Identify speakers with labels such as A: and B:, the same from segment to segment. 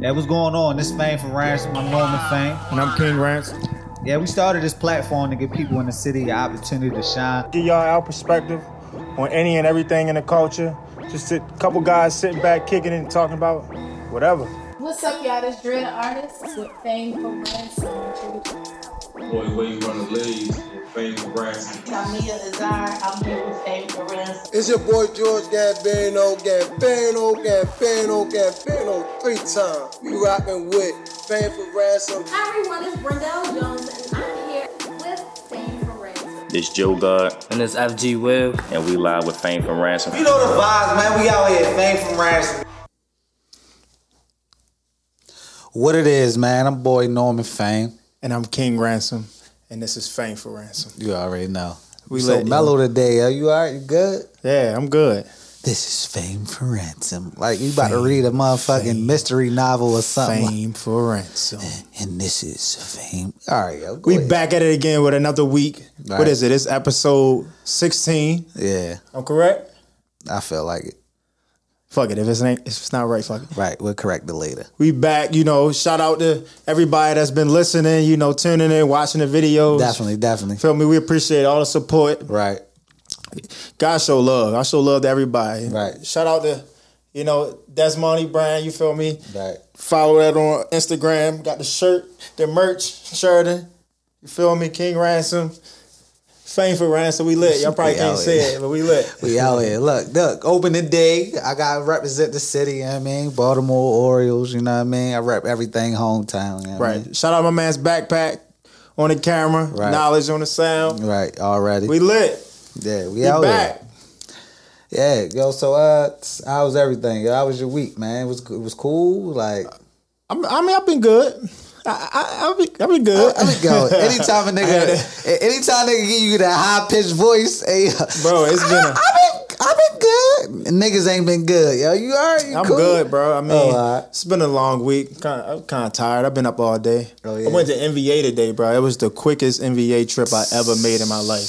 A: That was going on. This fame for Ransom, my Norman fame.
B: And I'm King Ransom.
A: Yeah, we started this platform to give people in the city an opportunity to shine.
B: Give y'all our perspective on any and everything in the culture. Just a couple guys sitting back, kicking it, and talking about whatever.
C: What's up, y'all? This Dread Artist with Fame for Ransom.
D: Boy, where you run the leagues, fame for Ransom.
E: Tamia Azar, I'm here with Fame for Ransom.
F: It's your boy George Gambino, Gambino, Gambino, Gambino, three times. We rocking with Fame for Ransom.
G: Hi everyone, it's Brendel Jones and I'm here with Fame for Ransom.
H: It's Joe God,
I: And it's FG Will.
H: and we live with Fame from Ransom.
A: You know the vibes, man. We out here, fame from Ransom. What it is, man? I'm boy Norman Fame.
B: And I'm King Ransom, and this is Fame for Ransom.
A: You already know.
B: We
A: so
B: let you-
A: mellow today. Are you alright? You good?
B: Yeah, I'm good.
A: This is fame for ransom. Like you about to read a motherfucking mystery novel or something.
B: Fame for Ransom.
A: And this is fame. All right, yo, go
B: We
A: ahead.
B: back at it again with another week.
A: Right.
B: What is it? It's episode 16.
A: Yeah,
B: I'm correct?
A: I feel like it.
B: Fuck it. If it's, ain't, if it's not right, fuck it.
A: Right, we'll correct it later.
B: We back, you know, shout out to everybody that's been listening, you know, tuning in, watching the videos.
A: Definitely, definitely.
B: Feel me? We appreciate all the support.
A: Right.
B: God show love. I show love to everybody.
A: Right.
B: Shout out to, you know, Desmonte Brand, you feel me?
A: Right.
B: Follow that on Instagram. Got the shirt, the merch, Sheridan. You feel me? King Ransom. Fame for Ransom. We lit. Y'all probably
A: We
B: can't
A: out
B: say
A: here.
B: it, but we lit.
A: We out here. Look, look, open the day. I got to represent the city, you know what I mean? Baltimore Orioles, you know what I mean? I rep everything hometown, you know what I mean?
B: Right. Shout out my man's backpack on the camera.
A: Right.
B: Knowledge on the sound.
A: Right, already.
B: We lit.
A: yeah, we,
B: We
A: out
B: back.
A: here. Yeah, yo, so uh, how was everything? Yo, How was your week, man? It was, it was cool? Like,
B: I'm, I mean, I've been good. I, I, I've, been, I've been good.
A: Let me go. Anytime a nigga, a- anytime nigga give you that high pitched voice, hey,
B: Bro, it's been a-
A: I've been, I've been good. Niggas ain't been good, yo. You alright? You
B: I'm
A: cool?
B: good, bro. I mean,
A: Oh, all right.
B: it's been a long week. Kinda, I'm kind of tired. I've been up all day.
A: Oh, yeah.
B: I went to NBA today, bro. It was the quickest NBA trip I ever made in my life.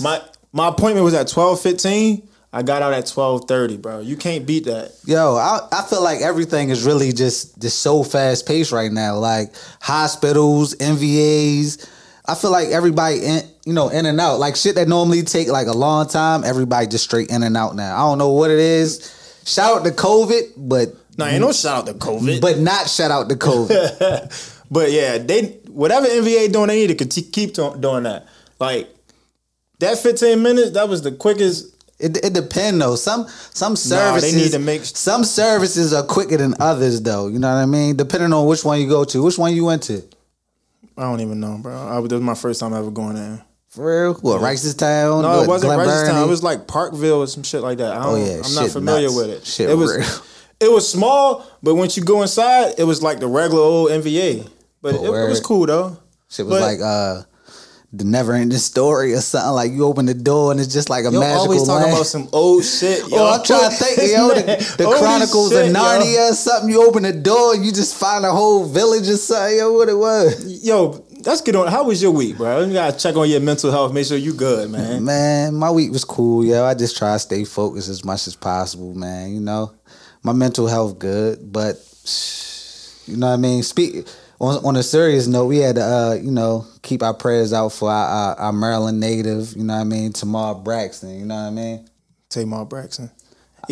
B: My my appointment was at 12:15. I got out at 12:30, bro. You can't beat that.
A: Yo, I, I feel like everything is really just just so fast paced right now. Like hospitals, NVAs. I feel like everybody in you know in and out. Like shit that normally take like a long time. Everybody just straight in and out now. I don't know what it is. Shout out to COVID, but
B: No, ain't no shout out to COVID. But
A: Mm. but not shout out to COVID.
B: but yeah, they whatever NBA doing, they need to conti- keep to- doing that. Like that 15 minutes, that was the quickest.
A: It, it depends though. Some some services
B: need to make-
A: some services are quicker than others though. You know what I mean? Depending on which one you go to, which one you went to.
B: I don't even know, bro. I, was- that was my first time ever going there.
A: For real? What Ricestown?
B: No,
A: What,
B: it wasn't
A: Glen
B: Ricestown. It
A: Burnie?
B: was like Parkville or some shit like that. I don't,
A: Oh, yeah,
B: I'm
A: shit
B: not familiar
A: nuts.
B: with it.
A: Shit
B: it was
A: real.
B: it was small, but once you go inside, it was like the regular old NVA. But it, it was
A: Oh, word.
B: cool though.
A: shit was
B: but-
A: like uh the never ending story or something. Like you open the door and it's just like a
B: Yo,
A: magical
B: always talking
A: land.
B: about some old shit. Yo.
A: Oh, I'm trying to think, yo, the, the
B: Old
A: Chronicles
B: shit, yo.
A: of Narnia or something. You open the door and you just find a whole village or something. Yo, what it was.
B: Yo, let's get on. How was your week, bro? You gotta check on your mental health. Make sure you good, man.
A: Man, my week was cool, yo. I just try to stay focused as much as possible, man. You know, my mental health good, but you know what I mean. Speak on on a serious note. We had to, uh, you know, keep our prayers out for our, our, our Maryland native. You know what I mean, Tamar Braxton. You know what I mean.
B: Tamar Braxton.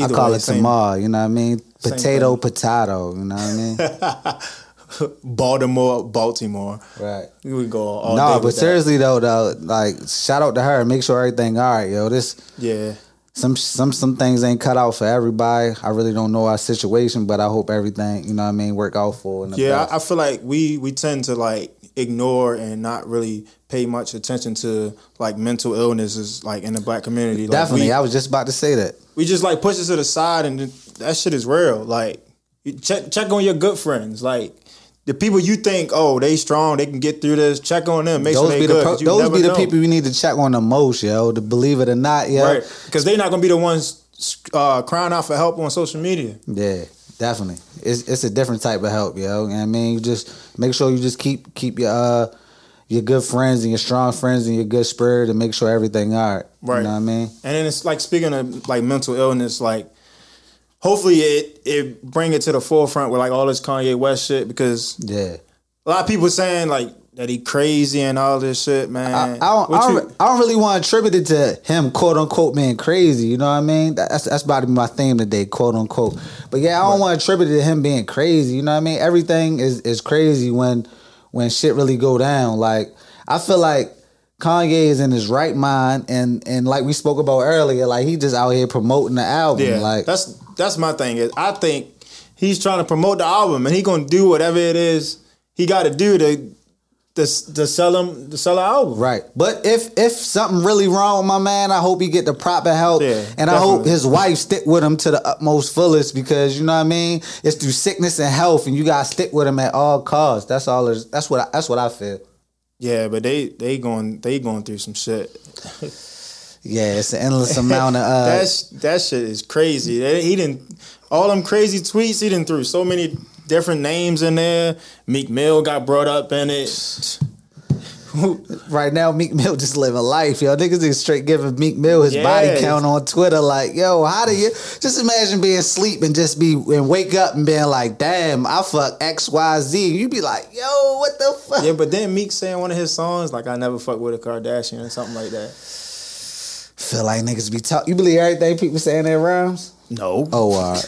A: I call
B: way,
A: it
B: same.
A: Tamar. You know what I mean.
B: Same
A: Potato, potato. You know what I mean.
B: Baltimore, Baltimore.
A: right.
B: We would go all
A: no,
B: day
A: but
B: with that.
A: seriously though, though, like shout out to her. Make sure everything all right, yo. This.
B: yeah.
A: some some some things ain't cut out for everybody. I really don't know our situation, but I hope everything, you know what I mean, work out for. And
B: Yeah, I, I feel like we we tend to like ignore and not really pay much attention to like mental illnesses like in the black community. Like,
A: definitely.
B: we,
A: I was just about to say that.
B: we just like push it to the side and that shit is real. Like you check check on your good friends, like. The people you think, oh, they strong, they can get through this. Check on them, make
A: Those
B: sure they
A: be
B: good.
A: the pro-
B: 'cause you
A: those
B: never
A: be the
B: know.
A: people you need to check on the most, yo. To believe it or not, yo.
B: right? Because they're not gonna be the ones uh, crying out for help on social media.
A: Yeah, definitely. It's it's a different type of help, yo. You know what I mean, you just make sure you just keep keep your uh your good friends and your strong friends and your good spirit and make sure everything all right.
B: Right.
A: You know what I mean?
B: And then it's like speaking of like mental illness, like hopefully it it bring it to the forefront with like all this Kanye West shit because
A: Yeah.
B: a lot of people saying like that he crazy and all this shit, man.
A: I, I don't,
B: What
A: I,
B: you-
A: don't, I don't really want to attribute it to him, quote unquote, being crazy. You know what I mean? That- That's that's about to be my theme today, quote unquote. But yeah, I don't want to attribute it to him being crazy. You know what I mean? Everything is, is crazy when when shit really go down. Like I feel like Kanye is in his right mind, and and like we spoke about earlier, like he just out here promoting the album.
B: yeah,
A: like
B: that's that's my thing is I think he's trying to promote the album and he gonna do whatever it is he got to do to to to sell him to sell the album.
A: Right. But if if something really wrong with my man, I hope he get the proper help.
B: Yeah,
A: and I hope
B: definitely.
A: his wife stick with him to the utmost fullest because you know what I mean? It's through sickness and health and you gotta stick with him at all costs. That's all there's- that's what I, that's what I feel.
B: Yeah, but they they going they going through some shit.
A: Yeah, it's an endless amount of uh
B: That's that shit is crazy. They, he didn't all them crazy tweets. He didn't threw so many different names in there. Meek Mill got brought up in it.
A: right now Meek Mill just living life. Yo, niggas is straight giving Meek Mill his body
B: Yes.
A: count on Twitter, like, yo, how do you just imagine being asleep and just be and wake up and being like, damn, I fuck XYZ. You be like, yo, what the fuck?
B: Yeah, but then Meek saying one of his songs like "I never fuck with a Kardashian" or something like that.
A: Feel like niggas be talk. You believe everything people saying their rhymes?
B: No.
A: Oh, uh,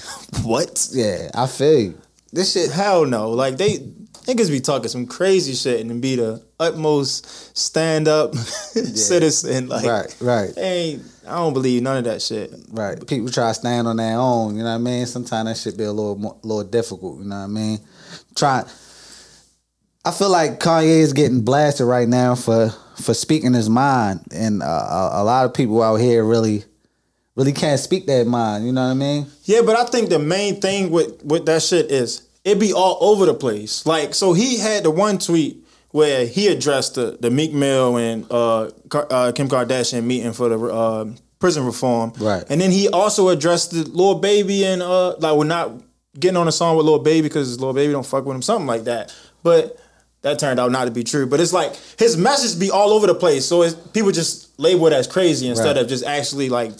B: what?
A: yeah, I feel you.
B: This shit. Hell no. Like they niggas be talking some crazy shit and be the utmost stand up citizen. Like
A: Right, right.
B: they ain't. I don't believe none of that shit.
A: Right. People try to stand on their own. You know what I mean? Sometimes that shit be a little more, little difficult. You know what I mean? Try. I feel like Kanye is getting blasted right now for for speaking his mind, and uh, a, a lot of people out here really, really can't speak their mind. You know what I mean?
B: Yeah, but I think the main thing with with that shit is it be all over the place. Like, so he had the one tweet where he addressed the the Meek Mill and uh, Kar- uh Kim Kardashian meeting for the uh, prison reform,
A: Right.
B: And then he also addressed the Lil Baby and uh like we're not getting on a song with Lil Baby because Lil Baby don't fuck with him, something like that. But that turned out not to be true. But it's like his message be all over the place, so it's, people just label it as crazy instead
A: Right.
B: of just actually like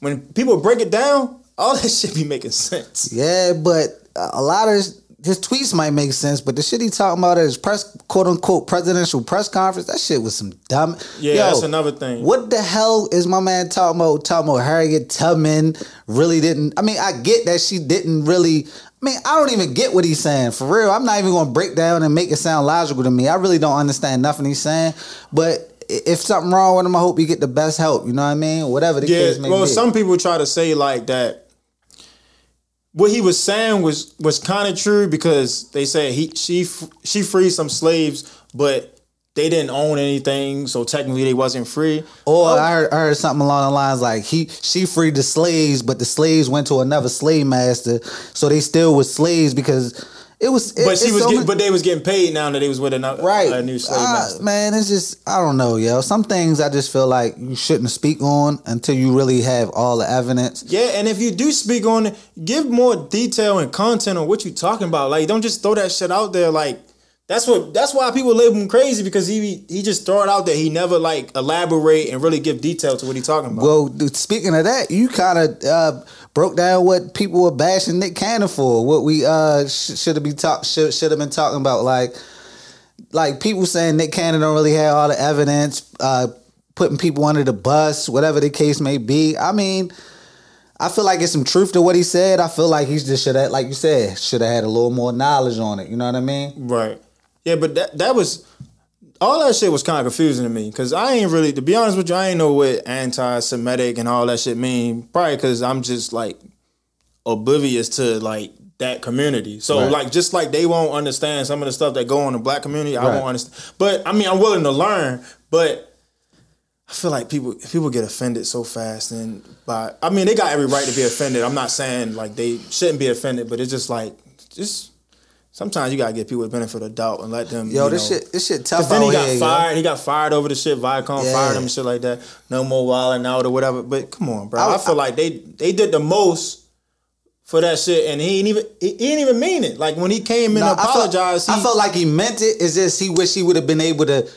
B: when people break it down, all that shit be making sense.
A: Yeah, but a a lot of his, his tweets might make sense, but the shit he talking about at his press quote unquote presidential press conference, that shit was some dumb.
B: Yeah,
A: Yo,
B: that's another thing.
A: What the hell is my man talking about? Talking about Harriet Tubman really didn't. I mean, I get that she didn't really. I mean, I don't even get what he's saying for real. I'm not even going to break down and make it sound logical to me. I really don't understand nothing he's saying, but. i- If something wrong with him, I hope you get the best help. You know what I mean? Whatever the
B: Yeah,
A: case may
B: well,
A: be.
B: some people try to say like that. What he was saying was was kind of true because they said he she f- she freed some slaves, but they didn't own anything, so technically they wasn't free.
A: Or I, heard, I heard something along the lines like he she freed the slaves, but the slaves went to another slave master, so they still was slaves because it was. It,
B: But she
A: it's
B: was
A: so
B: getting,
A: many-
B: but they was getting paid now that they was with another
A: right
B: a new slave
A: Ah,
B: master.
A: Man, it's just I don't know, yo. Some things I just feel like you shouldn't speak on until you really have all the evidence.
B: Yeah, and if you do speak on it, give more detail and content on what you're talking about. Like, don't just throw that shit out there. Like, that's what that's why people label him crazy because he he just throw it out there. He never like elaborate and really give detail to what he's talking about.
A: Well, dude, speaking of that, you kind of uh, broke down what people were bashing Nick Cannon for. What we uh, sh- should have been talk should should have been talking about, like like people saying Nick Cannon don't really have all the evidence, uh, putting people under the bus, whatever the case may be. I mean, I feel like it's some truth to what he said. I feel like he's just should have, like you said, should have had a little more knowledge on it. You know what I mean?
B: right. Yeah, but that that was all that shit was kind of confusing to me because I ain't really to be honest with you, I ain't know what anti-Semitic and all that shit mean. Probably because I'm just like oblivious to like that community. So
A: Right.
B: like just like they won't understand some of the stuff that go on in the black community, I
A: Right.
B: won't understand. But I mean, I'm willing to learn, but. I feel like people people get offended so fast, and by I mean they got every right to be offended. I'm not saying like they shouldn't be offended, but it's just like just sometimes you gotta give people the benefit of the doubt and let them.
A: Yo,
B: you
A: this
B: know,
A: shit, this shit
B: Cause
A: tough
B: then he
A: out
B: got
A: here, yo.
B: fired. He got fired over the shit. Viacom
A: Yeah.
B: fired him and shit like that. No more wilding out or whatever. But come on, bro. I,
A: I-
B: feel like they they did the most for that shit, and he ain't even he, he ain't even mean it. Like when he came in
A: Nah,
B: and apologized,
A: I
B: he-
A: felt, I felt like he meant it. It's just he wish he would have been able to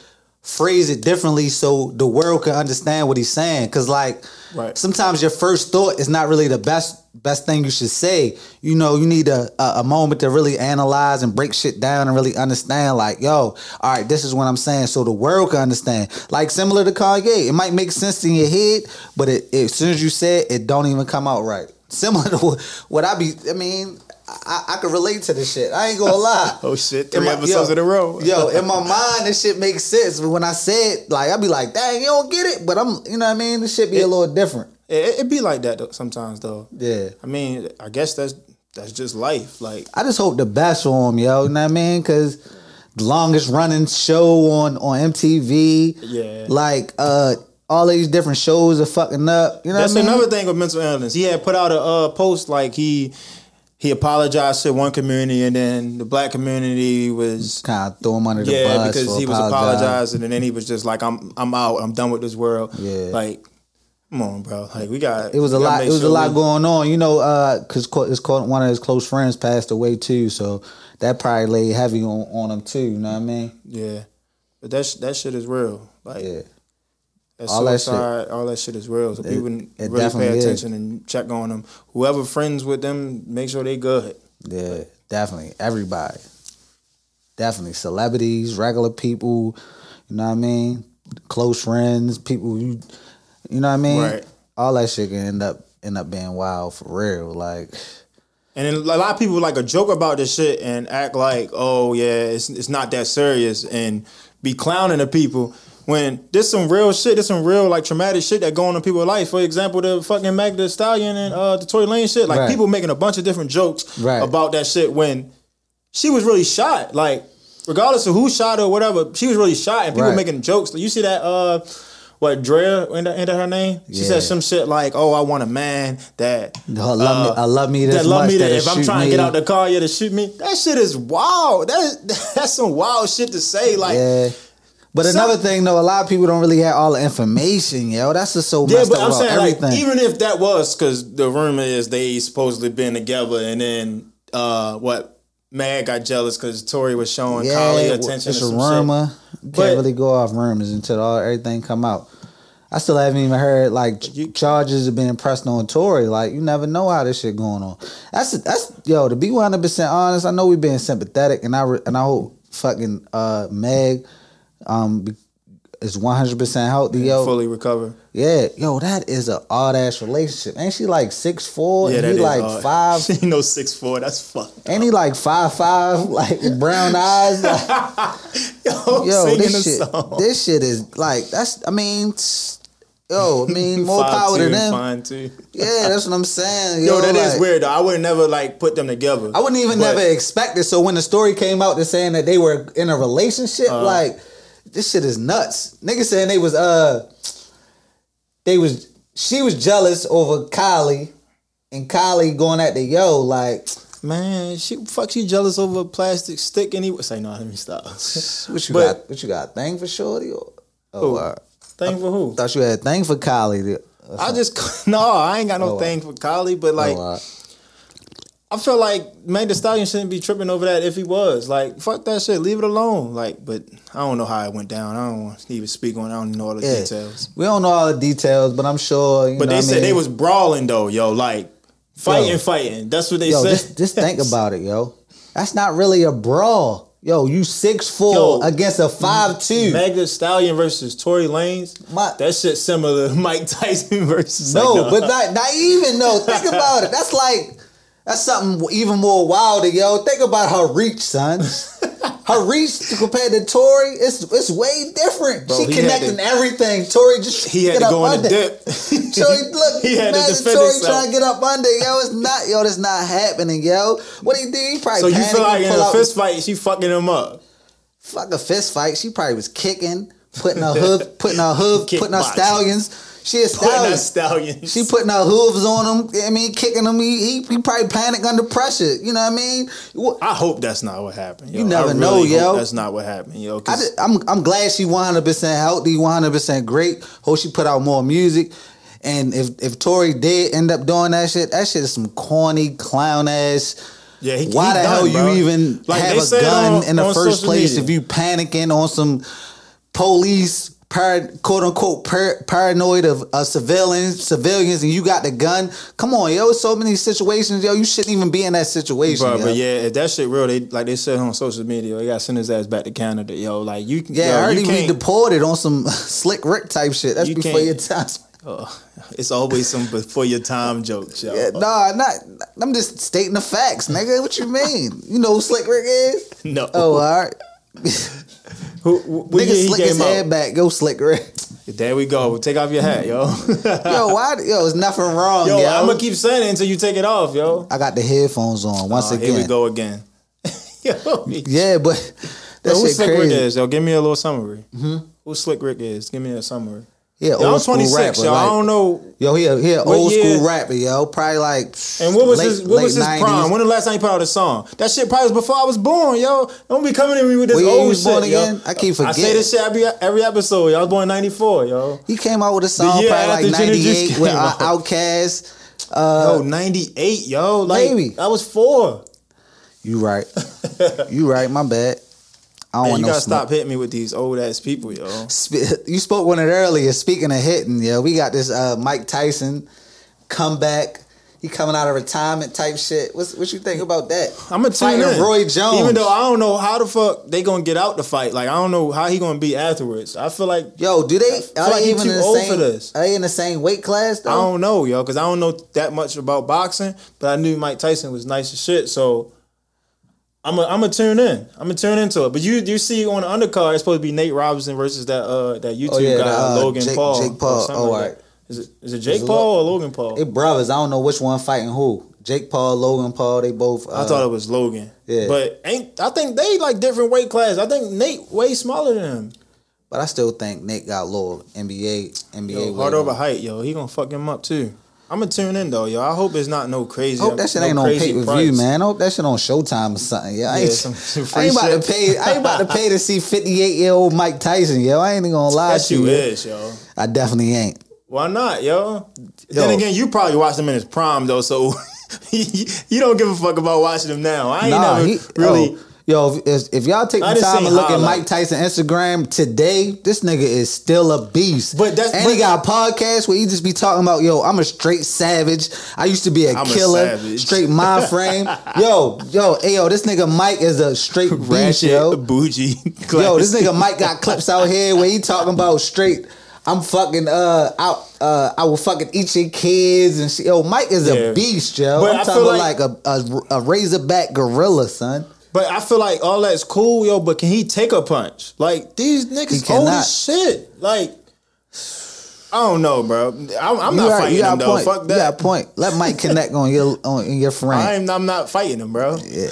A: phrase it differently so the world can understand what he's saying. Cause like
B: Right.
A: sometimes your first thought is not really the best best thing you should say. You know, you need a, a, a moment to really analyze and break shit down and really understand, like, yo, all right, this is what I'm saying. So the world can understand. Like similar to Kanye. It might make sense in your head, but it, it- as soon as you say it, it don't even come out right. Similar to what- what I be I mean, I, I could relate to this shit. I ain't gonna lie.
B: Oh shit!
A: In
B: Three
A: my-
B: episodes
A: yo,
B: in a row.
A: yo, in my mind, this shit makes sense. But when I say it, like, I be like, dang, you don't get it. But I'm, you know what I mean? This shit be a little different.
B: it, it be like that though, sometimes though.
A: Yeah.
B: I mean, I guess that's that's just life. Like
A: I just hope the best for him, yo. You know what I mean? Because the longest running show on, on MTV.
B: Yeah.
A: Like, uh, all these different shows are fucking up. You know
B: that's
A: what I mean?
B: another thing with mental illness. He had put out a uh, post like he he apologized to one community, and then the black community was
A: Kind of throw him under the
B: yeah
A: bus.
B: because
A: for
B: he was
A: apologizing.
B: apologizing, and then he was just like, "I'm I'm out. I'm done with this world."
A: Yeah.
B: like. Come on, bro. Like we got.
A: It was a
B: we gotta
A: lot.
B: make
A: It was
B: sure
A: a lot
B: we-
A: going on, you know, because it's called one of his close friends passed away too, so that probably laid heavy on, on him too. You know what I mean?
B: Yeah, but that sh- that shit is real. Like
A: Yeah.
B: That
A: All that shit.
B: suicide, all that shit is real. So people n-
A: it
B: really
A: definitely
B: pay
A: is.
B: attention and check on them. Whoever friends with them, make sure they good.
A: Yeah, definitely. Everybody. Definitely. Celebrities, regular people, you know what I mean? Close friends, people you you know what I mean?
B: Right.
A: All that shit can end up end up being wild for real. Like
B: And then a lot of people like a joke about this shit and act like, oh yeah, it's it's not that serious, and be clowning the people. When there's some real shit, there's some real like traumatic shit that go on in people's life. For example, the fucking Meg Thee Stallion and uh, the Tory Lane shit. Like
A: Right.
B: people making a bunch of different jokes
A: Right.
B: about that shit when she was really shot. Like regardless of who shot her, or whatever, she was really shot, and people
A: Right.
B: making jokes. You see that? uh what Drea end end her name? She
A: Yeah.
B: said some shit like, "Oh, I want a man that
A: I love me I love me this
B: Uh, that love
A: much
B: me that
A: that'll
B: if I'm
A: shoot
B: trying
A: me.
B: to get out the car, yeah, to shoot me. That shit is wild. That is that's some wild shit to say. Like, yeah,
A: Yeah. But
B: Some-
A: another thing though, a lot of people don't really have all the information, yo. That's just so messed
B: but
A: up
B: I'm
A: about
B: saying
A: everything.
B: like, even if that was because the rumor is they supposedly been together, and then uh, what? Mad got jealous because Tori was showing
A: yeah,
B: Kylie
A: it-
B: attention.
A: It's
B: or
A: a
B: some shit.
A: rumor. You
B: But-
A: Can't really go off rumors until all everything come out. I still haven't even heard like
B: You-
A: charges have been pressed on Tory. Like you never know how this shit going on. That's that's yo to be one hundred percent honest. I know we being sympathetic, and I re- and I hope fucking uh Meg um be- is one hundred percent healthy. Yo,
B: Fully recover.
A: yeah, yo, that is an odd ass relationship. Ain't she like six four?
B: Yeah,
A: and
B: that
A: he
B: is
A: like
B: odd.
A: five
B: She no six four. That's fucked.
A: Ain't he like five five, like with brown eyes? Like, yo,
B: singing
A: this
B: a
A: shit,
B: song.
A: this shit is like that's. I mean, s- yo, I mean, more
B: Five two
A: power to
B: and
A: them.
B: Fine too.
A: Yeah, that's what I'm saying.
B: Yo, that is
A: like,
B: weird though. I would never like put them together.
A: I wouldn't even
B: But-
A: never expect it. So when the story came out, they're saying that they were in a relationship.
B: Uh-huh.
A: like this shit is nuts. Niggas saying they was uh, they was she was jealous over Kylie, and Kylie going at the yo like.
B: Man, she fuck, she jealous over a plastic stick anyway. Say no, let me stop.
A: What you
B: But-
A: got? What you got? Thing for shorty? Or,
B: Who?
A: oh, all right.
B: thing for who?
A: thought you had a thing for Kylie.
B: I just no, I ain't got no
A: Oh,
B: thing for Kylie, but like
A: oh, all right.
B: I feel like Meg Thee Stallion shouldn't be tripping over that if he was. Like, fuck that shit, leave it alone. Like, but I don't know how it went down. I don't want to even speak on. it. I don't know all the
A: Yeah.
B: details.
A: we don't know all the details, but I'm sure. You
B: But
A: know
B: they
A: what I
B: said
A: mean?
B: they was brawling though, yo, like fighting,
A: Yo.
B: fighting. That's what they
A: Yo,
B: said.
A: just, just think about it, yo. That's not really a brawl. Yo, you six four
B: Yo.
A: against a five two.
B: Meg Thee Stallion versus Tory Lanez.
A: My-
B: that shit similar to Mike Tyson versus like,
A: no,
B: uh,
A: but not not even no. Think about it. That's like that's something even more wilder, yo. Think about her reach, son. Her reach compared to Tori, it's it's way different.
B: Bro,
A: she
B: he had
A: connecting
B: to-
A: everything. Tori just
B: he had
A: get
B: to
A: up
B: go in the
A: under.
B: dip.
A: So look,
B: he had to
A: imagine
B: defend
A: Tory
B: himself.
A: trying to get up under. Yo, it's not. Yo, that's not happening. Yo, what he did? He probably
B: So you
A: panicked
B: feel like
A: and
B: in
A: pull
B: a
A: out-
B: fist fight, she fucking him up.
A: fuck a fist fight. She probably was kicking, putting her hoof, putting her hoof, putting her
B: Kickboxing.
A: stallions. She a
B: Putting
A: stallion.
B: that stallion.
A: She putting her hooves on him. I mean, kicking him. He, he, he probably panicked under pressure. You know what I mean? What-
B: I hope that's not what happened. Yo.
A: You never
B: I really
A: know,
B: hope
A: yo.
B: That's not what happened, yo.
A: I
B: 'cause
A: am I'm glad she 100 percent healthy, 100 percent great. Hope she put out more music. And if if Tori did end up doing that shit, that shit is some corny clown ass.
B: yeah, he,
A: Why
B: he
A: the
B: done,
A: hell
B: bro.
A: you even
B: Like, they
A: have a
B: said
A: gun
B: on-
A: in the
B: on
A: first
B: social
A: place
B: media.
A: if you panicking on some police par, quote unquote par, paranoid of uh, civilians civilians and you got the gun. Come on, yo, so many situations, yo, you shouldn't even be in that situation.
B: Bro,
A: yo.
B: but yeah, if that shit real, they like they said on social media, they gotta send his ass back to Canada, yo. Like you,
A: Yeah,
B: yo,
A: I heard
B: you
A: he was
B: can't-
A: deported on some slick Rick type shit. That's
B: You
A: before
B: can't-
A: your time.
B: Oh, it's always some before your time jokes, yo.
A: Yeah, nah, not. I'm just stating the facts, nigga. What you mean? You know who Slick Rick is?
B: No.
A: Oh, all right.
B: Who, wh- what
A: Nigga,
B: year he
A: slick his
B: came
A: head
B: out?
A: back. Go Slick Rick.
B: There we go. Take off your hat, yo.
A: Yo, why? Yo, there's nothing wrong. Yo,
B: yo, I'm gonna keep saying it until you take it off, yo.
A: I got the headphones on once
B: Oh,
A: again.
B: here we go again. yo,
A: Yeah, but that
B: Yo, who
A: shit
B: Slick
A: crazy.
B: Rick is? Yo, give me a little summary. Who Slick Rick is? Give me a summary.
A: Yeah,
B: Yo, I'm
A: old school
B: 26,
A: rapper.
B: yo. I
A: like-
B: don't know.
A: Yo, he a, he a
B: What
A: old
B: year?
A: school rapper, yo. Probably like.
B: And what was
A: late,
B: his what was
A: late
B: his
A: 90s.
B: prime? When the last time he put out a song? That shit probably was before I was born, yo. Don't be coming at me with this
A: What year you
B: old
A: was
B: shit,
A: born
B: yo.
A: again? I keep
B: I say
A: forgetting.
B: this shit every, every episode. Yo, I was born in '94, yo.
A: He came out with a song
B: year
A: probably like
B: after Jenna Juice
A: '98
B: came
A: with uh,
B: out.
A: Outcast.
B: yo, '98, yo. Like
A: Uh, maybe.
B: I was four.
A: You right. you right. My bad. I don't
B: Man,
A: want
B: you
A: no
B: gotta
A: smoke.
B: stop hitting me with these old ass people, yo.
A: Sp- You spoke one of it earlier. Speaking of hitting, yeah, we got this uh, Mike Tyson comeback. He coming out of retirement type shit. What's, what you think about that?
B: I'm gonna tune
A: Fighting
B: in.
A: Roy Jones.
B: Even though I don't know how the fuck they gonna get out the fight. Like I don't know how he gonna be afterwards. I feel like
A: Yo, do they are
B: like
A: they
B: he
A: even
B: too
A: in the
B: old
A: same?
B: for this.
A: Are they in the same weight class
B: I
A: though?
B: don't know, yo, because I don't know that much about boxing, but I knew Mike Tyson was nice as shit, so I'm a, I'm gonna tune in. I'm gonna tune into it. But you you see on the undercard, it's supposed to be Nate Robinson versus that uh that YouTube
A: yeah,
B: guy
A: the, uh,
B: Logan
A: Jake-
B: Paul.
A: Jake Paul.
B: or something
A: Oh,
B: like
A: alright.
B: that. Is it is it Jake
A: Is it
B: Paul or Logan Paul?
A: They brothers. I don't know which one fighting who. Jake Paul, Logan Paul. They both. Uh,
B: I thought it was Logan.
A: yeah.
B: But ain't I think they like different weight class. I think Nate way smaller than him.
A: but I still think Nate got lower NBA NBA.
B: Yo,
A: weight
B: hard over
A: on.
B: height, yo. He gonna fuck him up too. I'm gonna tune in though, yo. I hope it's not no crazy.
A: I hope that shit ain't on
B: crazy
A: pay per view,
B: price.
A: man. I hope that shit on Showtime or something. Yeah, I ain't,
B: Yeah, some- some
A: I ain't
B: free
A: about to
B: shit.
A: pay. I ain't about to pay to see fifty eight year old Mike Tyson. Yo, I ain't even gonna lie
B: That
A: to
B: you
A: you.
B: is, yo.
A: I definitely ain't.
B: Why not, yo?
A: Yo.
B: Then again, you probably watched him in his prime though, so you don't give a fuck about watching him now. I ain't
A: Nah,
B: never
A: he,
B: really.
A: Yo, yo, if, if y'all take
B: I
A: the
B: just
A: time
B: seen
A: and look at
B: highlights.
A: Mike Tyson Instagram today, this nigga is still a beast.
B: But that's-
A: and he
B: but-
A: got a podcast where he just be talking about, yo, I'm a straight savage. I used to be a
B: I'm a
A: killer,
B: savage."
A: straight mind frame. yo, yo, hey, yo, this nigga Mike is a straight beast,
B: Ratchet,
A: yo.
B: bougie,
A: Yo,
B: classy.
A: this nigga Mike got clips out here where he talking about straight. I'm fucking uh out uh I will fucking eat your kids and shit. Yo, Mike is
B: Yeah.
A: a beast, yo.
B: But
A: I'm
B: I
A: talking
B: feel
A: about like,
B: like-
A: a, a a razorback gorilla, son.
B: But I feel like all that's cool, yo. But can he take a punch? Like these niggas old
A: cannot.
B: as shit. Like I don't know, bro. I'm, I'm
A: You
B: not
A: got-
B: fighting
A: you got
B: him
A: a
B: though.
A: point.
B: Fuck
A: You
B: that.
A: got a point. Let Mike connect on your on in your frame.
B: I'm, I'm not fighting him, bro.
A: Yeah,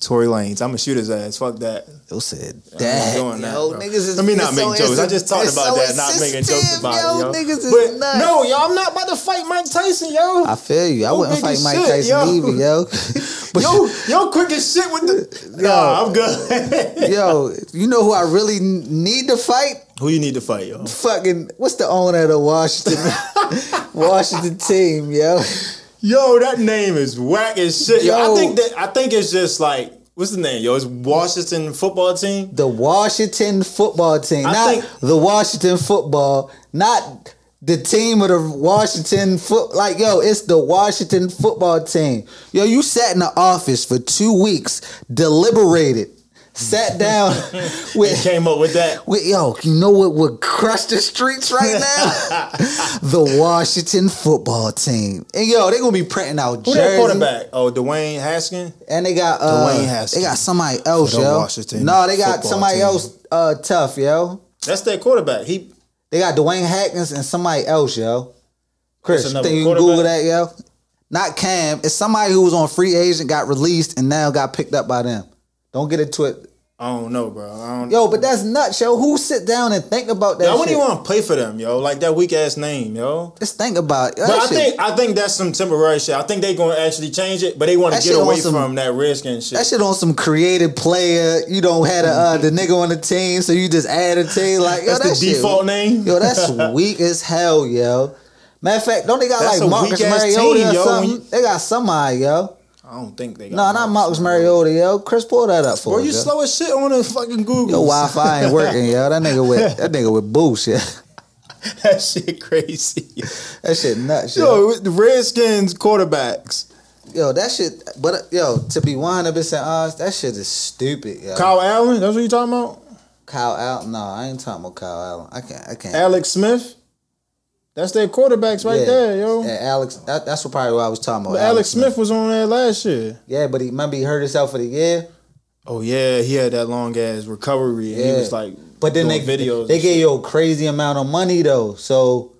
B: Tory Lanez, I'm gonna shoot his ass. Fuck that.
A: yo said
B: I'm
A: that.
B: doing that,
A: yo,
B: bro.
A: niggas is.
B: Let me not
A: it's
B: make
A: so
B: jokes. I
A: insen-
B: just talked
A: it's
B: about
A: so
B: that, not making jokes
A: insensitive,
B: about
A: yo.
B: it, yo.
A: Niggas is
B: but
A: nuts.
B: no, yo, I'm not about to fight Mike Tyson, yo.
A: I feel you. I
B: Yo,
A: wouldn't
B: big
A: fight
B: as
A: Mike
B: shit,
A: Tyson
B: yo.
A: either, yo. but
B: yo, yo, quick as shit with the.
A: Yo.
B: Nah, I'm good.
A: yo, you know who I really n- need to fight?
B: Who you need to fight, yo?
A: fucking what's the owner of the Washington Washington team, yo?
B: Yo, that name is whack as shit. Yo,
A: Yo.
B: I think that I think it's just like what's the name, yo? It's Washington football team.
A: The Washington football team,
B: I
A: not
B: think-
A: the Washington football, not the team of the Washington foot. Like yo, it's the Washington football team. Yo, you sat in the office for two weeks, deliberated, sat down
B: They
A: with
B: came up with that.
A: Wait, yo, you know what would crush the streets right now? the Washington football team. And yo, they gonna be printing out
B: Who that
A: jerseys.
B: quarterback? Oh, Dwayne Haskins.
A: And they got
B: Dwayne
A: uh,
B: Haskins.
A: they got somebody else,
B: For the
A: yo.
B: Washington
A: no, they got
B: football
A: somebody
B: team.
A: else uh tough, yo.
B: That's their quarterback. He
A: They got Dwayne Hackins and somebody else, yo. Chris,
B: That's
A: you
B: another
A: think you can Google
B: quarterback?
A: that, yo? Not Cam. It's somebody who was on free agent, got released, and now got picked up by them. Don't get into it.
B: I don't know, bro. I don't.
A: Yo, but that's nuts, yo. Who sit down and think about that?
B: I wouldn't
A: shit?
B: even want to play for them, yo. Like that weak ass name, yo.
A: Just think about it. Yo,
B: But
A: that
B: I
A: shit-
B: think I think that's some temporary shit. I think they're gonna actually change it, but they want
A: That
B: to get
A: shit
B: away
A: on some-
B: from that Redskin shit.
A: That shit on some creative player. You don't had a uh, the nigga on the team, so you just add a team like yo,
B: that's
A: that
B: the
A: shit-
B: default name.
A: Yo, that's weak as hell, yo. Matter of fact, don't they got
B: That's a
A: like Marcus
B: weak-ass
A: Mariota
B: team, yo,
A: or
B: when
A: something?
B: you-
A: They got somebody, yo.
B: I don't think they got.
A: No, not Marcus Mariota, yo. Chris, pull that up for
B: Bro,
A: us.
B: you
A: yo.
B: slow as shit on the fucking Google.
A: Your Wi-Fi ain't working, yo. That nigga with that nigga with boost, yeah.
B: that shit crazy.
A: That shit nuts, yo.
B: Yo, the Redskins quarterbacks.
A: Yo, that shit. But uh, yo, to be one hundred percent honest, that shit is stupid, yo. Kyle,
B: Kyle Allen, that's what you talking about?
A: Allen? No, I ain't talking about Kyle Allen. I can't. I can't.
B: Alex Smith. That's their quarterbacks right
A: Yeah.
B: there, yo.
A: Yeah, Alex. That, that's what probably what I was talking about.
B: But Alex, Smith, was on there last year.
A: Yeah, but he remember he hurt himself for the year.
B: Oh yeah, he had that long ass recovery, and he
A: Yeah.
B: was like,
A: But then they
B: doing videos.
A: they
B: and
A: gave
B: shit.
A: you a crazy amount of money though. So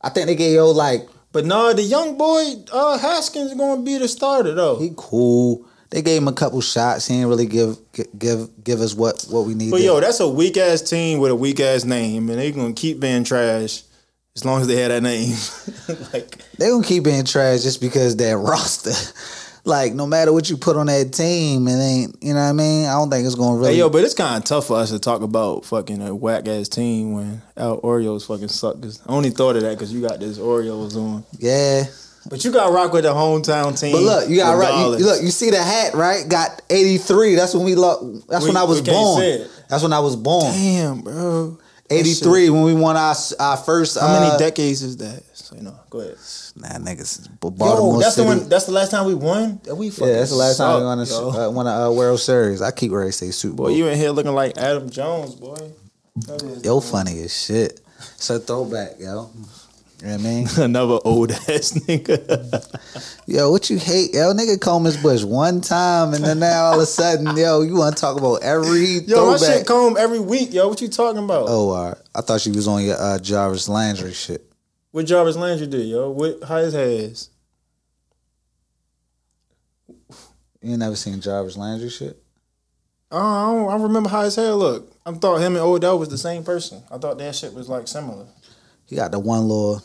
A: I think they gave you like
B: But no, the young boy uh, Haskins is gonna be the starter though.
A: he cool. They gave him a couple shots. He didn't really give gi- give give us what what we needed.
B: But yo, that's a weak ass team with a weak ass name, and they gonna keep being trash as long as they had that name. like
A: they gonna keep being trash just because that roster. Like no matter what you put on that team, it ain't you know what I mean. I don't think it's gonna really.
B: Hey, yo, but it's kind of tough for us to talk about fucking a whack ass team when our Orioles fucking suck. 'Cause I only thought of that because you got this Orioles on,
A: yeah,
B: but you got to rock with the hometown team.
A: but look, you got right. You,
B: regardless.
A: you look, you see the hat right? Got eighty three. That's when we look. That's
B: We-
A: when I was
B: we can't
A: born.
B: say it.
A: That's when I was born.
B: damn, bro.
A: Eighty three when we won our our first.
B: How many
A: uh,
B: decades is that? So you know, go ahead.
A: Nah, niggas. B- Baltimore City.
B: That's the last time we won. We fucking
A: yeah, that's the last time we won a,
B: suck, yo.
A: uh, won a uh, World Series. I keep ready to say Super Bowl.
B: Boy, you in here looking like Adam Jones, boy. That is-
A: yo, funny as shit. So throwback, yo. You know what I mean?
B: Another old ass nigga.
A: Yo, what you hate? Yo, nigga Combs Bush one time and then now all of a sudden, yo, you want to talk about every
B: Yo, my
A: throwback.
B: shit comb every week, yo. What you talking about?
A: oh, all right. I thought you was on your uh, Jarvis Landry shit.
B: What Jarvis Landry do, yo? What how his has?
A: You ain't never seen Jarvis Landry shit?
B: I don't, I don't remember how his hair looked. I thought him and Odell was the same person. I thought that shit was like similar.
A: He got the one little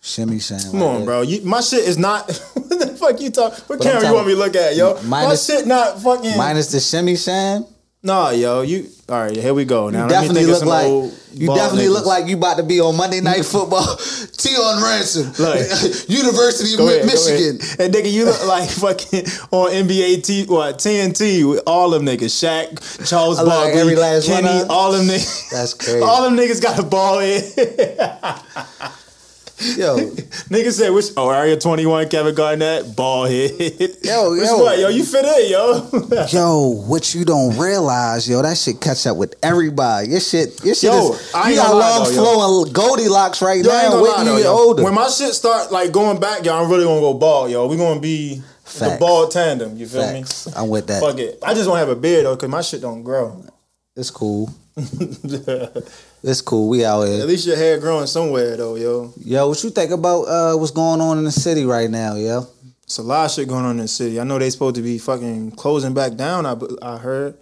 A: shimmy shame.
B: Come on, bro. You, my shit is not. what the fuck you talk? What
A: But I'm
B: camera you
A: talking-
B: want me to look at, yo?
A: Minus-
B: my shit not fucking.
A: Minus the shimmy shame.
B: nah, yo. You all right? Here we go. Now
A: You
B: let me
A: definitely
B: think of
A: look
B: some
A: like
B: old
A: you
B: bald
A: definitely
B: niggas.
A: look like you about to be on Monday Night Football. T on ransom,
B: Look.
A: University of
B: Go ahead, go
A: Michigan.
B: ahead. And nigga, you look like fucking on NBA T what TNT with all them niggas. Shaq, Charles
A: I look like
B: Barkley,
A: every last one
B: Kenny,
A: of 'em.
B: all them niggas.
A: That's crazy.
B: All them niggas got a ball head.
A: Yo,
B: Niggas said, which, oh, Area 21, Kevin Garnett, ball head.
A: Yo,
B: Which
A: yo.
B: What, yo, you fit in, yo.
A: yo, what you don't realize, yo, that shit catch up with everybody. Your shit, your shit
B: Yo,
A: is.
B: I
A: you
B: ain't
A: got
B: gonna lie
A: long
B: though, yo.
A: flowing Goldilocks right
B: Yo, I ain't
A: now.
B: gonna
A: Wait
B: lie,
A: till
B: though,
A: you get
B: yo.
A: older.
B: When my shit start, like, going back, yo, I'm really gonna go ball, yo. We gonna be the
A: Facts.
B: ball tandem, you feel
A: Facts.
B: me?
A: I'm with that.
B: Fuck it. I just don't have a beard, though, because my shit don't grow.
A: It's cool.
B: At
A: It's cool. We out here.
B: least your hair growing somewhere, though, yo.
A: Yo, what you think about uh, what's going on in the city right now, yo?
B: It's a lot of shit going on in the city. I know they supposed to be fucking closing back down, I, bu- I heard.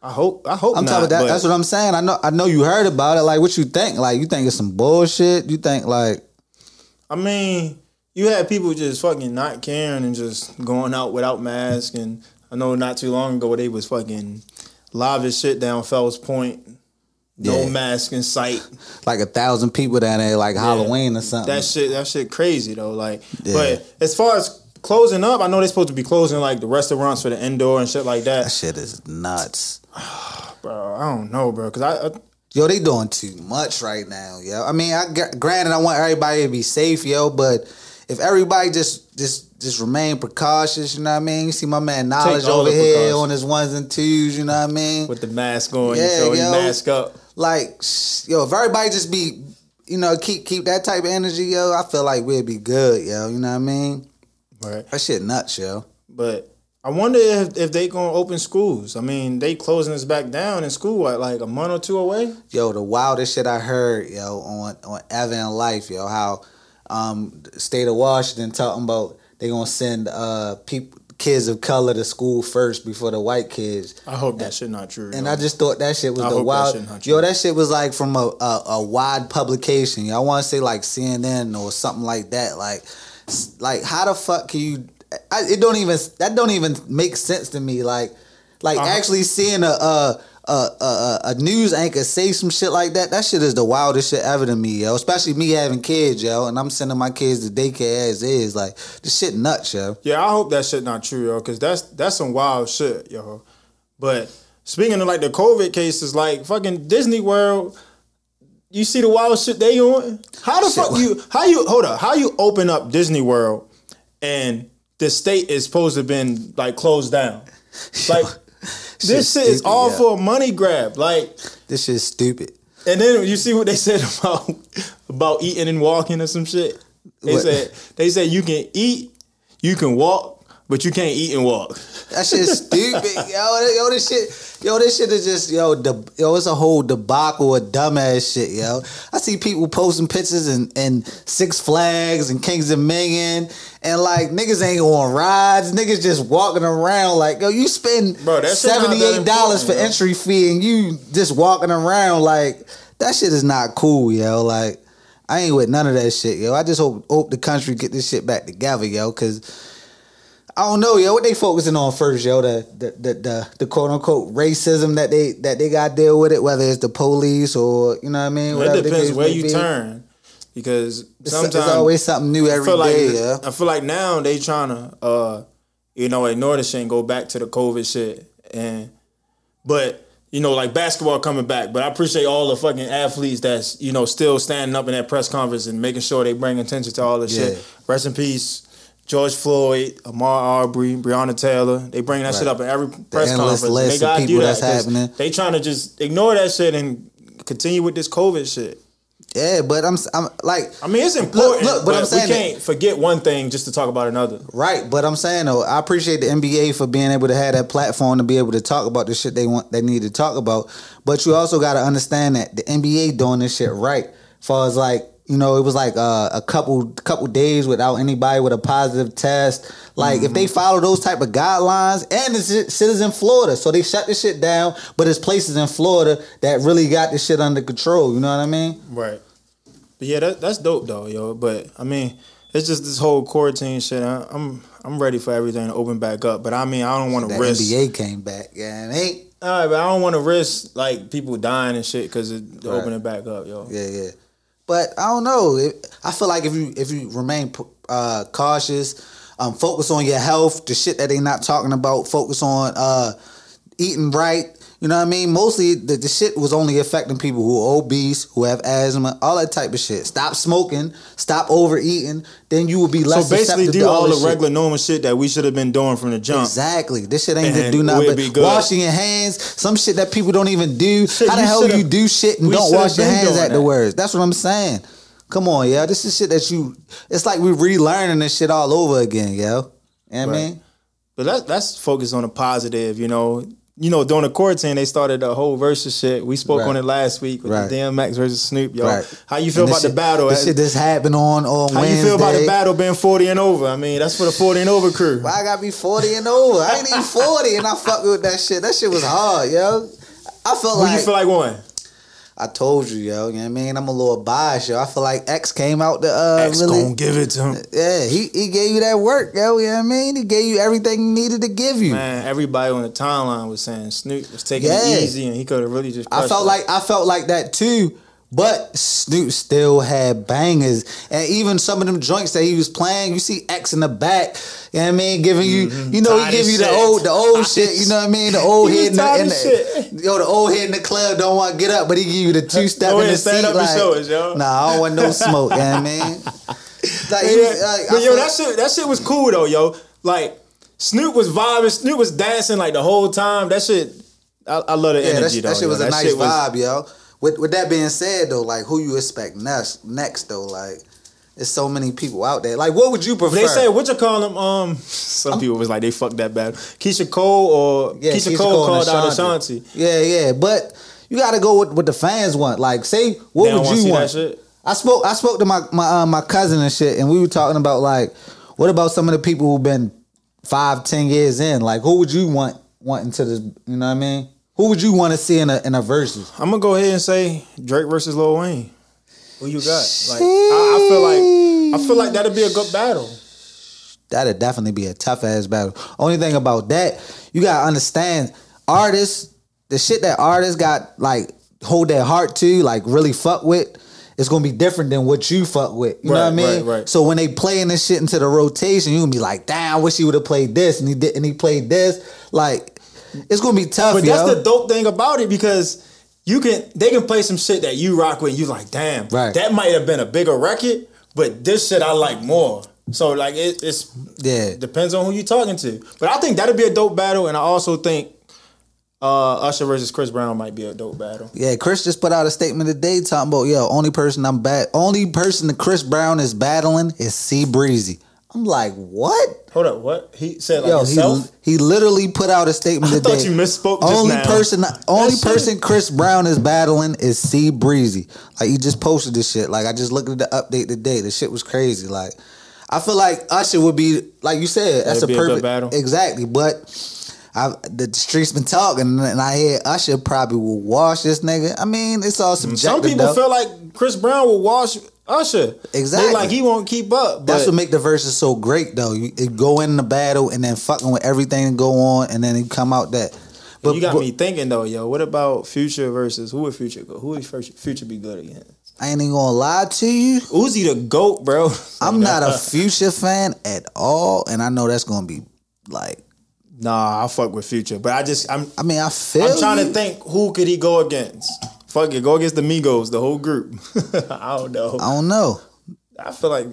B: I hope, I hope
A: I'm
B: not,
A: talking about
B: but-
A: that. That's what I'm saying. I know. I know you heard about it. Like, what you think? Like, you think it's some bullshit? You think like,
B: I mean, you had people just fucking not caring and just going out without masks. And I know not too long ago they was fucking live as shit down Fells Point. No
A: Yeah.
B: mask in sight.
A: like a thousand people down there, like Halloween or something?
B: That shit, that shit crazy though. Like,
A: Uh-uh. Yeah.
B: but as far as closing up, I know they're supposed to be closing like the restaurants for the indoor and shit like
A: That
B: that.
A: shit is nuts.
B: Bro, I don't know, bro. Cause I, I
A: Yo, they doing too much right now, yo. I mean, I got- granted, I want everybody to be safe, yo, but if everybody just just just remain precautious, you know what I mean. You see my man knowledge
B: all
A: over
B: the
A: here
B: precautions.
A: on his ones and twos, you know what I mean.
B: with the mask on,
A: Yeah,
B: so you
A: yo.
B: mask up.
A: like, sh- yo, if everybody just be, you know, keep keep that type of energy, yo, I feel like we'd be good, yo. You know what I mean?
B: Right.
A: That shit nuts, yo.
B: But I wonder if, if they gonna open schools. I mean, they closing us back down in school what, like a month or two away.
A: yo, the wildest shit I heard, yo, on on Evan Life, yo, how um the state of Washington talking about they gonna send uh people kids of color to school first before the white kids.
B: I hope that shit not true.
A: And
B: yo.
A: I just thought that shit was
B: I
A: the
B: hope that
A: wild.
B: shit not
A: yo,
B: true.
A: that shit was like from a, a, a wide publication. Yo, I want to say like CNN or something like that. Like, s- like how the fuck can you?
B: Uh-huh.
A: I, it don't even that don't even make sense to me. Like, like actually seeing a, a a, a, a, a news anchor say some shit like that, that shit is the wildest shit ever to me, yo. Especially me having kids, yo, and I'm sending my kids to daycare as is. Like, this shit nuts, yo.
B: Yeah, I hope that shit not true, yo, because that's that's some wild shit, yo. But speaking of like the COVID cases, like fucking Disney World, you see the wild shit they on. How the fuck you? How you hold up? How you open up Disney World and the state is supposed to have been like closed down? Like this shit is
A: stupid,
B: all
A: yeah.
B: for a money grab. Like
A: This shit's stupid.
B: and then you see what they said about about eating and walking or some shit. They
A: What?
B: said they said you can eat, you can walk, but you can't eat and walk.
A: That shit's stupid, yo. That- Yo, this shit, yo, this shit is just, yo, de- yo, it's a whole debacle of dumbass shit, yo. I see people posting pictures and and Six Flags and Kings of Million, and like niggas ain't on rides, niggas just walking around like, yo, you spend
B: Bro, that shit not that
A: seventy eight dollars for
B: important, yo.
A: entry fee, and you just walking around like that shit is not cool, yo. Like. I ain't with none of that shit, yo. I just hope hope the country get this shit back together, yo, cause I don't know, yo. What they focusing on first, yo? The the the the, the quote unquote racism that they that they got to deal with it, whether it's the police or you know what I mean. whatever
B: it
A: the
B: depends
A: case
B: where
A: may
B: you
A: be.
B: turn, because
A: It's,
B: sometimes
A: it's always something new
B: I
A: every day,
B: feel like
A: yeah.
B: I feel like now they trying to uh, you know ignore the shit and go back to the COVID shit and but you know like basketball coming back. But I appreciate all the fucking athletes that's you know still standing up in that press conference and making sure they bring attention to all this
A: Yeah.
B: shit. Rest in peace. George Floyd, Amar Aubrey, Breonna Taylor, they bring that shit up in every press
A: endless
B: conference. and
A: list
B: They
A: of
B: gotta do
A: people
B: that.
A: that's
B: 'cause
A: happening.
B: They trying to just ignore that shit and continue with this COVID shit.
A: Yeah, but I'm I'm like
B: I mean, it's important,
A: look, but
B: but,
A: I'm saying
B: we can't forget one thing just to talk about another.
A: Right, but I'm saying though, I appreciate the NBA for being able to have that platform to be able to talk about the shit they want, they need to talk about. But you also got to understand that the NBA doing this shit right. Far as like you know, it was like uh, a couple couple days without anybody with a positive test. Like if they follow those type of guidelines, and this shit shit is in Florida, so they shut this shit down. But it's places in Florida that really got this shit under control. You know what I mean?
B: Right. But yeah, that, that's dope though, yo. But I mean, it's just this whole quarantine shit. I, I'm I'm ready for everything to open back up. But I mean, I don't want
A: The
B: to risk.
A: NBA came back, yeah, and they-
B: All right, but I don't want to risk like people dying and shit because it
A: Right.
B: opening back up, yo.
A: Yeah, yeah. But I don't know. It, I feel like if you if you remain uh, cautious, um, focus on your health, the shit that they not talking about, focus on uh, eating right. You know what I mean? Mostly the, the shit was only affecting people who are obese, who have asthma, all that type of shit. Stop smoking, stop overeating, then you will be less.
B: So basically,
A: susceptible
B: do
A: to
B: all
A: this
B: the
A: shit.
B: regular normal shit that we should have been doing from the jump.
A: Exactly. This shit ain't to
B: And
A: do nothing.
B: we'll
A: but
B: be good.
A: Washing your hands, some shit that people don't even do.
B: Shit,
A: How the
B: you
A: hell
B: shoulda-
A: you do shit and
B: we
A: don't
B: shoulda
A: wash your
B: been
A: hands
B: doing that.
A: afterwards? That's what I'm saying. Come on, yo. This is shit that you. It's like we relearning this shit all over again, yo. You know what I
B: Right.
A: mean,
B: But let, let's focus on the positive, you know. You know, during the quarantine, they started the whole versus shit. We spoke
A: Right.
B: on it last week with
A: Right.
B: the DMX versus Snoop, yo.
A: Right.
B: How you feel
A: And
B: about
A: this
B: the
A: shit-
B: battle?
A: This shit that's happened on on
B: How
A: Wednesday.
B: you feel about the battle being 40 and over? I mean, that's for the 40 and over crew.
A: Why I gotta be 40 and over? I ain't even 40 and I fuck with that shit. That shit was hard, yo. I felt
B: Who
A: like, uh,
B: you feel like won?
A: I told you, yo. You know what I mean? I'm a little biased, yo. I feel like X came out the uh really
B: give it to him.
A: Yeah, he, he gave you that work, yo. You know what I mean? He gave you everything he needed to give you.
B: Man, everybody on the timeline was saying Snoop was taking
A: Yeah.
B: it easy and he could have really just.
A: I
B: crushed
A: felt
B: it.
A: like I felt like that too. But Snoop still had bangers. And even some of them joints that he was playing, you see X in the back. You know what I mean? Giving you you know,
B: Tired
A: he give
B: as
A: you the
B: Mm-hmm. shit.
A: old the old shit, you know what I mean? The old
B: He was
A: head in the,
B: tired
A: in
B: as
A: the yo, the old head in the club don't want to get up, but he give you the two step
B: Go
A: in the
B: ahead, stand
A: seat.
B: up and
A: like,
B: show us, yo.
A: Nah, I don't want no smoke, you know what I mean? Like, he
B: Yeah.
A: was, like, I
B: but yo,
A: feel-
B: that shit, that shit was cool though, yo. Like Snoop was vibing, Snoop was dancing like the whole time. That shit, I, I love the
A: Yeah, that,
B: energy
A: sh-
B: though.
A: that shit
B: yo.
A: was a nice
B: shit was-
A: vibe, yo. With with that being said though, like who you expect next next though, like there's so many people out there. Like what would you prefer?
B: They said what you call him? Um, some people was like they fucked that battle. Keisha Cole or
A: Yeah,
B: Keisha, Cole,
A: and
B: called out
A: Ashanti.
B: Ashanti.
A: Yeah, yeah. But you gotta go with what the fans want. Like say what
B: They don't
A: would
B: wanna see
A: you
B: that
A: want?
B: shit?
A: I spoke I spoke to my my uh, my cousin and shit and we were talking about like what about some of the people who've been five, ten years in? Like who would you want want into this you know what I mean? Who would you want to see in a in a versus?
B: I'm gonna go ahead and say Drake versus Lil Wayne. Who you got? Like I, I feel like I feel like that'd be a good battle.
A: that'd definitely be a tough ass battle. Only thing about that, you gotta understand, artists the shit that artists got like hold their heart to, like really fuck with, is gonna be different than what you fuck with. You know what I
B: Right,
A: mean?
B: right, right.
A: So when they playing this shit into the rotation, you gonna be like, damn, I wish he would have played this and he did and he played this. Like it's gonna be tough,
B: But
A: yo.
B: that's the dope thing about it because you can they can play some shit that you rock with and you like, damn,
A: Right.
B: that might have been a bigger record, but this shit I like more. So like it, it's
A: yeah.
B: depends on who you talking to. But I think that'd be a dope battle, and I also think uh, Usher versus Chris Brown might be a dope battle.
A: Yeah, Chris just put out a statement today talking about yo, only person I'm bat only person that Chris Brown is battling is C Breezy. I'm like, what?
B: Hold up, what he said? Like
A: Yo, he,
B: himself?
A: he literally put out a statement
B: I
A: today.
B: thought you misspoke just
A: Only
B: now.
A: person, only
B: shit.
A: person Chris Brown is battling is C Breezy. Like you just posted this shit. Like I just looked at the update today. The shit was crazy. Like I feel like Usher would be like you said. That's
B: It'd
A: a
B: be a good
A: perfect
B: battle.
A: Exactly, but. I, the streets been talking, and I hear Usher probably will wash this nigga. I mean, it's all subjective.
B: Some people
A: though.
B: feel like Chris Brown will wash Usher.
A: Exactly.
B: They like he won't keep up.
A: That's
B: but-
A: what make the verses so great, though. You, you go in the battle and then fucking with everything that go on, and then you come out that. But
B: you got
A: but-
B: me thinking though, yo. What about Future versus who would Future go? Who would Future Future be good against?
A: I ain't even gonna lie to you.
B: Uzi the goat, bro.
A: I'm not a Future fan at all, and I know that's gonna be like.
B: nah. I fuck with Future, but I just I'm
A: I mean, I feel.
B: I'm trying
A: you.
B: to think who could he go against. Fuck it, go against the Migos, the whole group. I don't know.
A: I don't know.
B: I feel like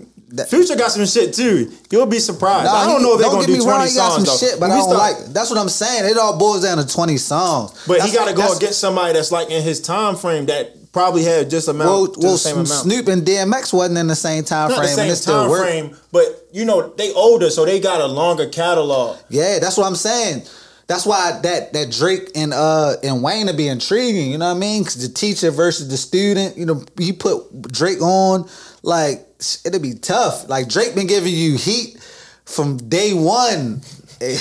B: Future got some shit too. You'll be surprised.
A: Nah,
B: I don't
A: he-
B: know if they're
A: don't
B: gonna
A: get
B: do
A: me
B: twenty
A: wrong. He got
B: songs
A: some
B: though.
A: shit, but
B: When
A: I
B: we
A: don't
B: start-
A: like. That's what I'm saying. It all boils down to 20 songs.
B: But
A: That's-
B: he got to go
A: that's-
B: against somebody that's like in his time frame that probably had just amount
A: Well,
B: to
A: well
B: the same amount.
A: Snoop and DMX wasn't in the same time
B: Not
A: frame,
B: the same
A: and it still
B: time
A: worked.
B: frame, but you know they older, so they got a longer catalog.
A: Yeah, that's what I'm saying. That's why that that Drake and uh and Wayne would be intriguing. You know what I mean? 'Cause the teacher versus the student. You know, you put Drake on, like it'll be tough. Like Drake been giving you heat from day one. Eh,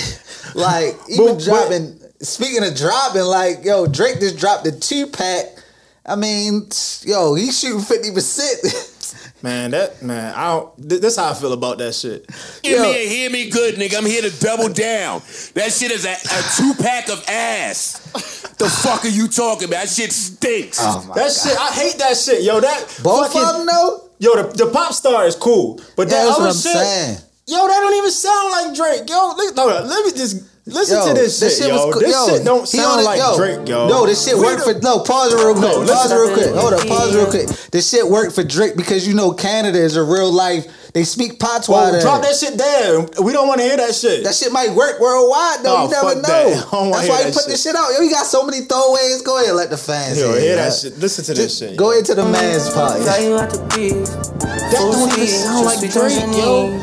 A: like he been
B: But- but-
A: dropping. speaking of dropping, like yo, Drake just dropped the two pack. I mean, yo, he's shooting fifty percent.
B: Man, that man, I don't. Th- this how I feel about that shit.
I: Hear me and hear me good, nigga. I'm here to double down. That shit is a, a two pack of ass. The fuck are you talking about? That shit stinks.
B: that shit, I hate that shit, yo. That
A: Both
B: fucking,
A: of them though.
B: yo, the, the pop star is cool, but
A: Yeah,
B: that
A: that's
B: other
A: what I'm
B: shit,
A: saying.
B: yo, that don't even sound like Drake, yo. Let, hold up, let me just listen to this shit, yo.
A: cool-
B: this shit don't
A: he on
B: sound
A: it-
B: like
A: yo,
B: Drake, yo.
A: No, this shit
B: We
A: worked
B: the-
A: for no. Pause it real quick.
B: listen
A: pause it
B: to
A: real
B: that.
A: quick. Hold up. Pause it real quick. This shit worked for Drake because you know Canada is a real life. They speak
B: Whoa,
A: patois there.
B: oh, drop that shit down. We don't want to hear that shit.
A: That shit might work worldwide though.
B: Oh,
A: you never
B: fuck that.
A: know.
B: I don't wanna
A: That's
B: hear
A: why he
B: that
A: put
B: shit.
A: this shit out. Yo, you got so many throwaways. Go ahead, let the fans.
B: yo,
A: it,
B: hear that
A: yo.
B: shit. Listen to this shit.
A: Go into the man's party.
J: you out the beef.
B: that don't even sound like Drake, yo.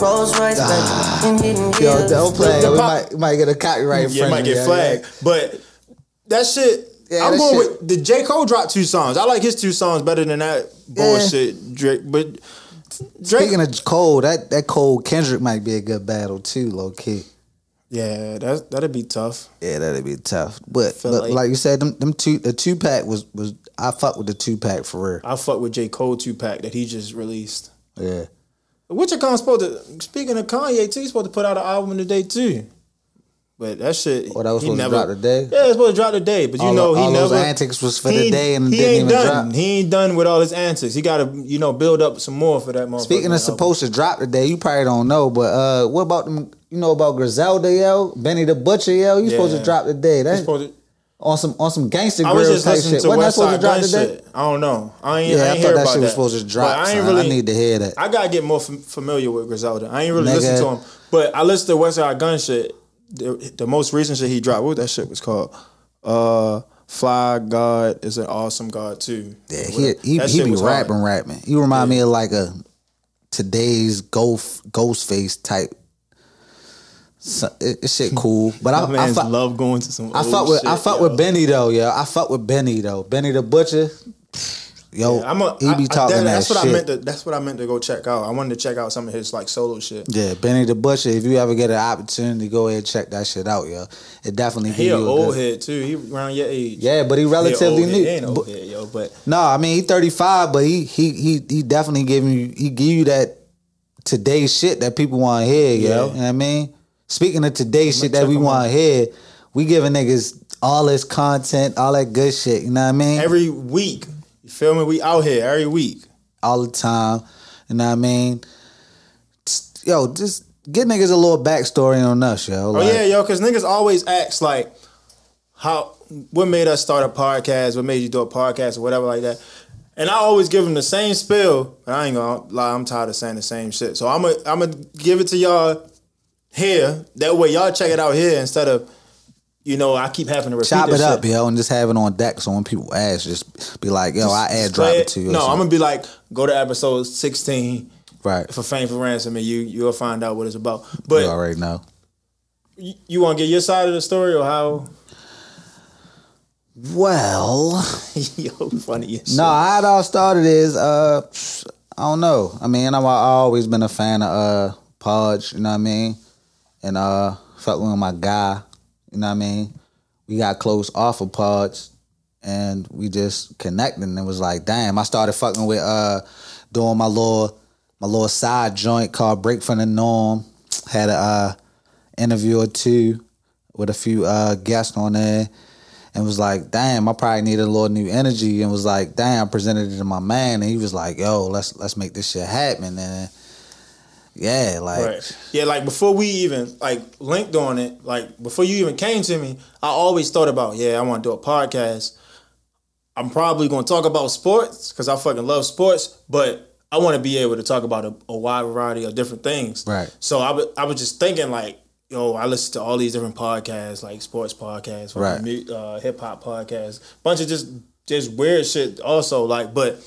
J: Rolls Royce,
A: Ah. Yo, don't play.
B: The- the
A: we
B: pop-
A: might, we might get a copyright.
B: Yeah, it might
A: infringement,
B: get
A: yo,
B: flagged. But that shit,
A: Yeah,
B: I'm
A: that
B: going
A: shit-
B: with the J. Cole dropped two songs. I like his two songs better than that bullshit Drake. But Drake,
A: Speaking of Cole, that that Cole Kendrick might be a good battle too, low key.
B: yeah, that that'd be tough.
A: Yeah, that'd be tough. But
B: feel
A: but like,
B: like-
A: you said, them them two the two pack was was I fuck with the two pack for real.
B: I fuck with J. Cole two pack that he just released.
A: Yeah.
B: Which Khan supposed to? Speaking of Kanye, too, he's supposed to put out an album today too. But that shit,
A: Oh, that was
B: he
A: supposed to
B: never,
A: drop today?
B: Yeah, it's supposed to drop today. But you
A: All-
B: know, he
A: all those
B: never
A: antics was for the day and
B: he
A: didn't
B: ain't
A: even
B: done.
A: drop.
B: He ain't done with all his antics. He got to you know build up some more for that.
A: Speaking
B: motherfucking
A: of
B: album.
A: supposed to drop today, you probably don't know, but uh, what about them? You know about Griselda, yo, Benny the Butcher, yo. You supposed to
B: Yeah.
A: drop today?
B: He's
A: That's
B: supposed to-
A: on some on some gangster
B: I was
A: grill
B: just
A: type
B: listening
A: shit.
B: to
A: Wasn't that
B: West
A: supposed to
B: Side
A: drop
B: Gun
A: today?
B: shit. I don't know. I ain't.
A: Yeah,
B: I
A: I,
B: ain't hear
A: thought that
B: about
A: shit was
B: that.
A: supposed to
B: But
A: drop.
B: I
A: I,
B: ain't
A: I
B: really.
A: need to hear that.
B: I gotta get more fam- familiar with Griselda. I ain't really
A: Nigga.
B: listened to him, but I listened to West Side Gun shit. The, the most recent shit he dropped. What that shit was called? Uh, Fly God is an awesome God too.
A: yeah, he he,
B: That
A: he
B: shit
A: be
B: was hard.
A: rapping, rapping. You remind me of like a today's golf ghost face type. So, it, it shit cool, but
B: My
A: I, I
B: man's
A: fuck,
B: love going to some.
A: I
B: old
A: fuck with
B: shit,
A: I fuck
B: yo.
A: with Benny though, yo. I fuck with Benny though. Benny the Butcher. Yo,
B: Yeah, I'm a,
A: he
B: I-
A: be
B: I-
A: talking
B: that-
A: that,
B: that's
A: shit.
B: what I meant to. That's what I meant to go check out. I wanted to check out some of his like solo shit.
A: yeah, Benny the Butcher. If you ever get an opportunity, go ahead and check that shit out, yo. It definitely give
B: He
A: you
B: an
A: a
B: old
A: good-
B: head too. He around your age.
A: Yeah, but he
B: He a
A: relatively
B: old head.
A: new.
B: He ain't
A: Bu-
B: old head, yo. But
A: No, I mean he 35, but he he he he definitely giving you he give you that today shit that people want to hear, yo.
B: Yeah.
A: You know what I mean? Speaking of today shit that
B: check
A: we
B: him
A: want to hear, We giving niggas all this content, all that good shit. You know what I mean?
B: Every week, you feel me? We out here every week.
A: all the time. You know what I mean? Just- Yo, just get niggas a little backstory on us, yo.
B: Oh yeah, yo, because niggas always acts like how what made us start a podcast, what made you do a podcast or whatever like that. And I always give them the same spill, but I ain't gonna lie, I'm tired of saying the same shit. So I'm gonna I'm gonna give it to y'all here. That way y'all check it out here instead of you know I keep having to repeat
A: Chop
B: this
A: it up,
B: shit.
A: yo, and just have it on deck so when people ask, just be like, yo, I air
B: Just
A: drop
B: play
A: it to you. or
B: No, I'm
A: something.
B: gonna be like, go to episode 16
A: Right.
B: for Fame for Ransom, and you you'll find out what it's about. But
A: you already know.
B: you, you want to get your side of the story or how?
A: Well,
B: Yo, funny. as shit.
A: no, how it all started is, uh, I don't know. I mean, I've always been a fan of uh Podge, you know what I mean? And uh, fuck with my guy, you know what I mean? We got close off of Podge, and we just connected and it was like damn i started fucking with uh doing my little my little side joint called break from the norm had a uh interview or two with a few uh guests on there and was like damn i probably need a little new energy and was like damn presented it to my man and he was like yo let's let's make this shit happen and yeah like
B: Right. Yeah, like before we even like linked on it, like before you even came to me, I always thought about, yeah, I want to do a podcast. I'm probably going to talk about sports because I fucking love sports, but I want to be able to talk about a, a wide variety of different things.
A: Right.
B: So I wa- I was just thinking like, yo, I listen to all these different podcasts, like sports podcasts,
A: Right.
B: fucking mu- uh, hip hop podcasts, bunch of just just weird shit. Also, like, but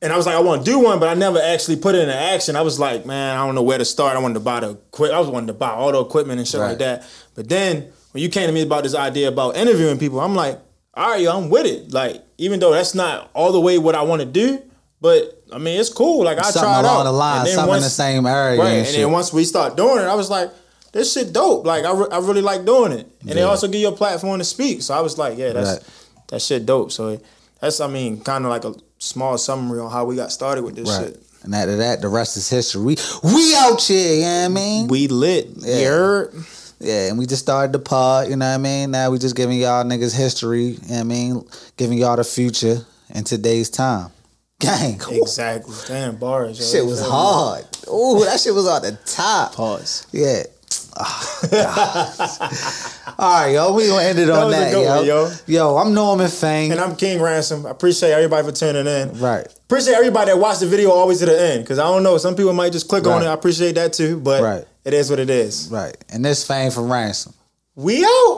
B: and I was like, I want to do one, but I never actually put it into action. I was like, man, I don't know where to start. I wanted to buy the equip. I was wanting to buy all the equipment and shit
A: Right.
B: like that. But then when you came to me about this idea about interviewing people, I'm like, all right, yo, I'm with it. Like, even though that's not all the way what I want to do, but I mean, it's cool. Like, I
A: something
B: tried
A: along
B: out.
A: the line
B: And then
A: something in
B: once-
A: the same area
B: Right,
A: and,
B: and
A: shit.
B: then once we start doing it, I was like, this shit dope. Like, I, re- I really like doing it. And they
A: Yeah.
B: also give you a platform to speak. So I was like, yeah, that's
A: Right.
B: that shit dope. So that's, I mean, kind of like a small summary on how we got started with this
A: right.
B: shit.
A: and after that the rest is history we, we out here you know what i mean
B: We lit.
A: Yeah.
B: You heard?
A: Yeah, and we just started the pod, you know what I mean? Now we just giving y'all niggas history, you know what I mean? Giving y'all the future in today's time. Gang, ooh,
B: Exactly. Damn, bars. yo.
A: shit was hard. Ooh, that shit was on the top.
B: Pause.
A: Yeah. Oh, God. All right, yo, we gonna end it on
B: was a
A: that,
B: good
A: yo.
B: one,
A: yo.
B: yo.
A: I'm Norman Fang.
B: And I'm King Ransom. I appreciate everybody for tuning in.
A: right.
B: Appreciate everybody that watched the video always to the end. Cause I don't know. Some people might just click on
A: Right.
B: it. I appreciate that too. But
A: Right.
B: it is what it is.
A: Right. And this Fang from Ransom.
B: We out.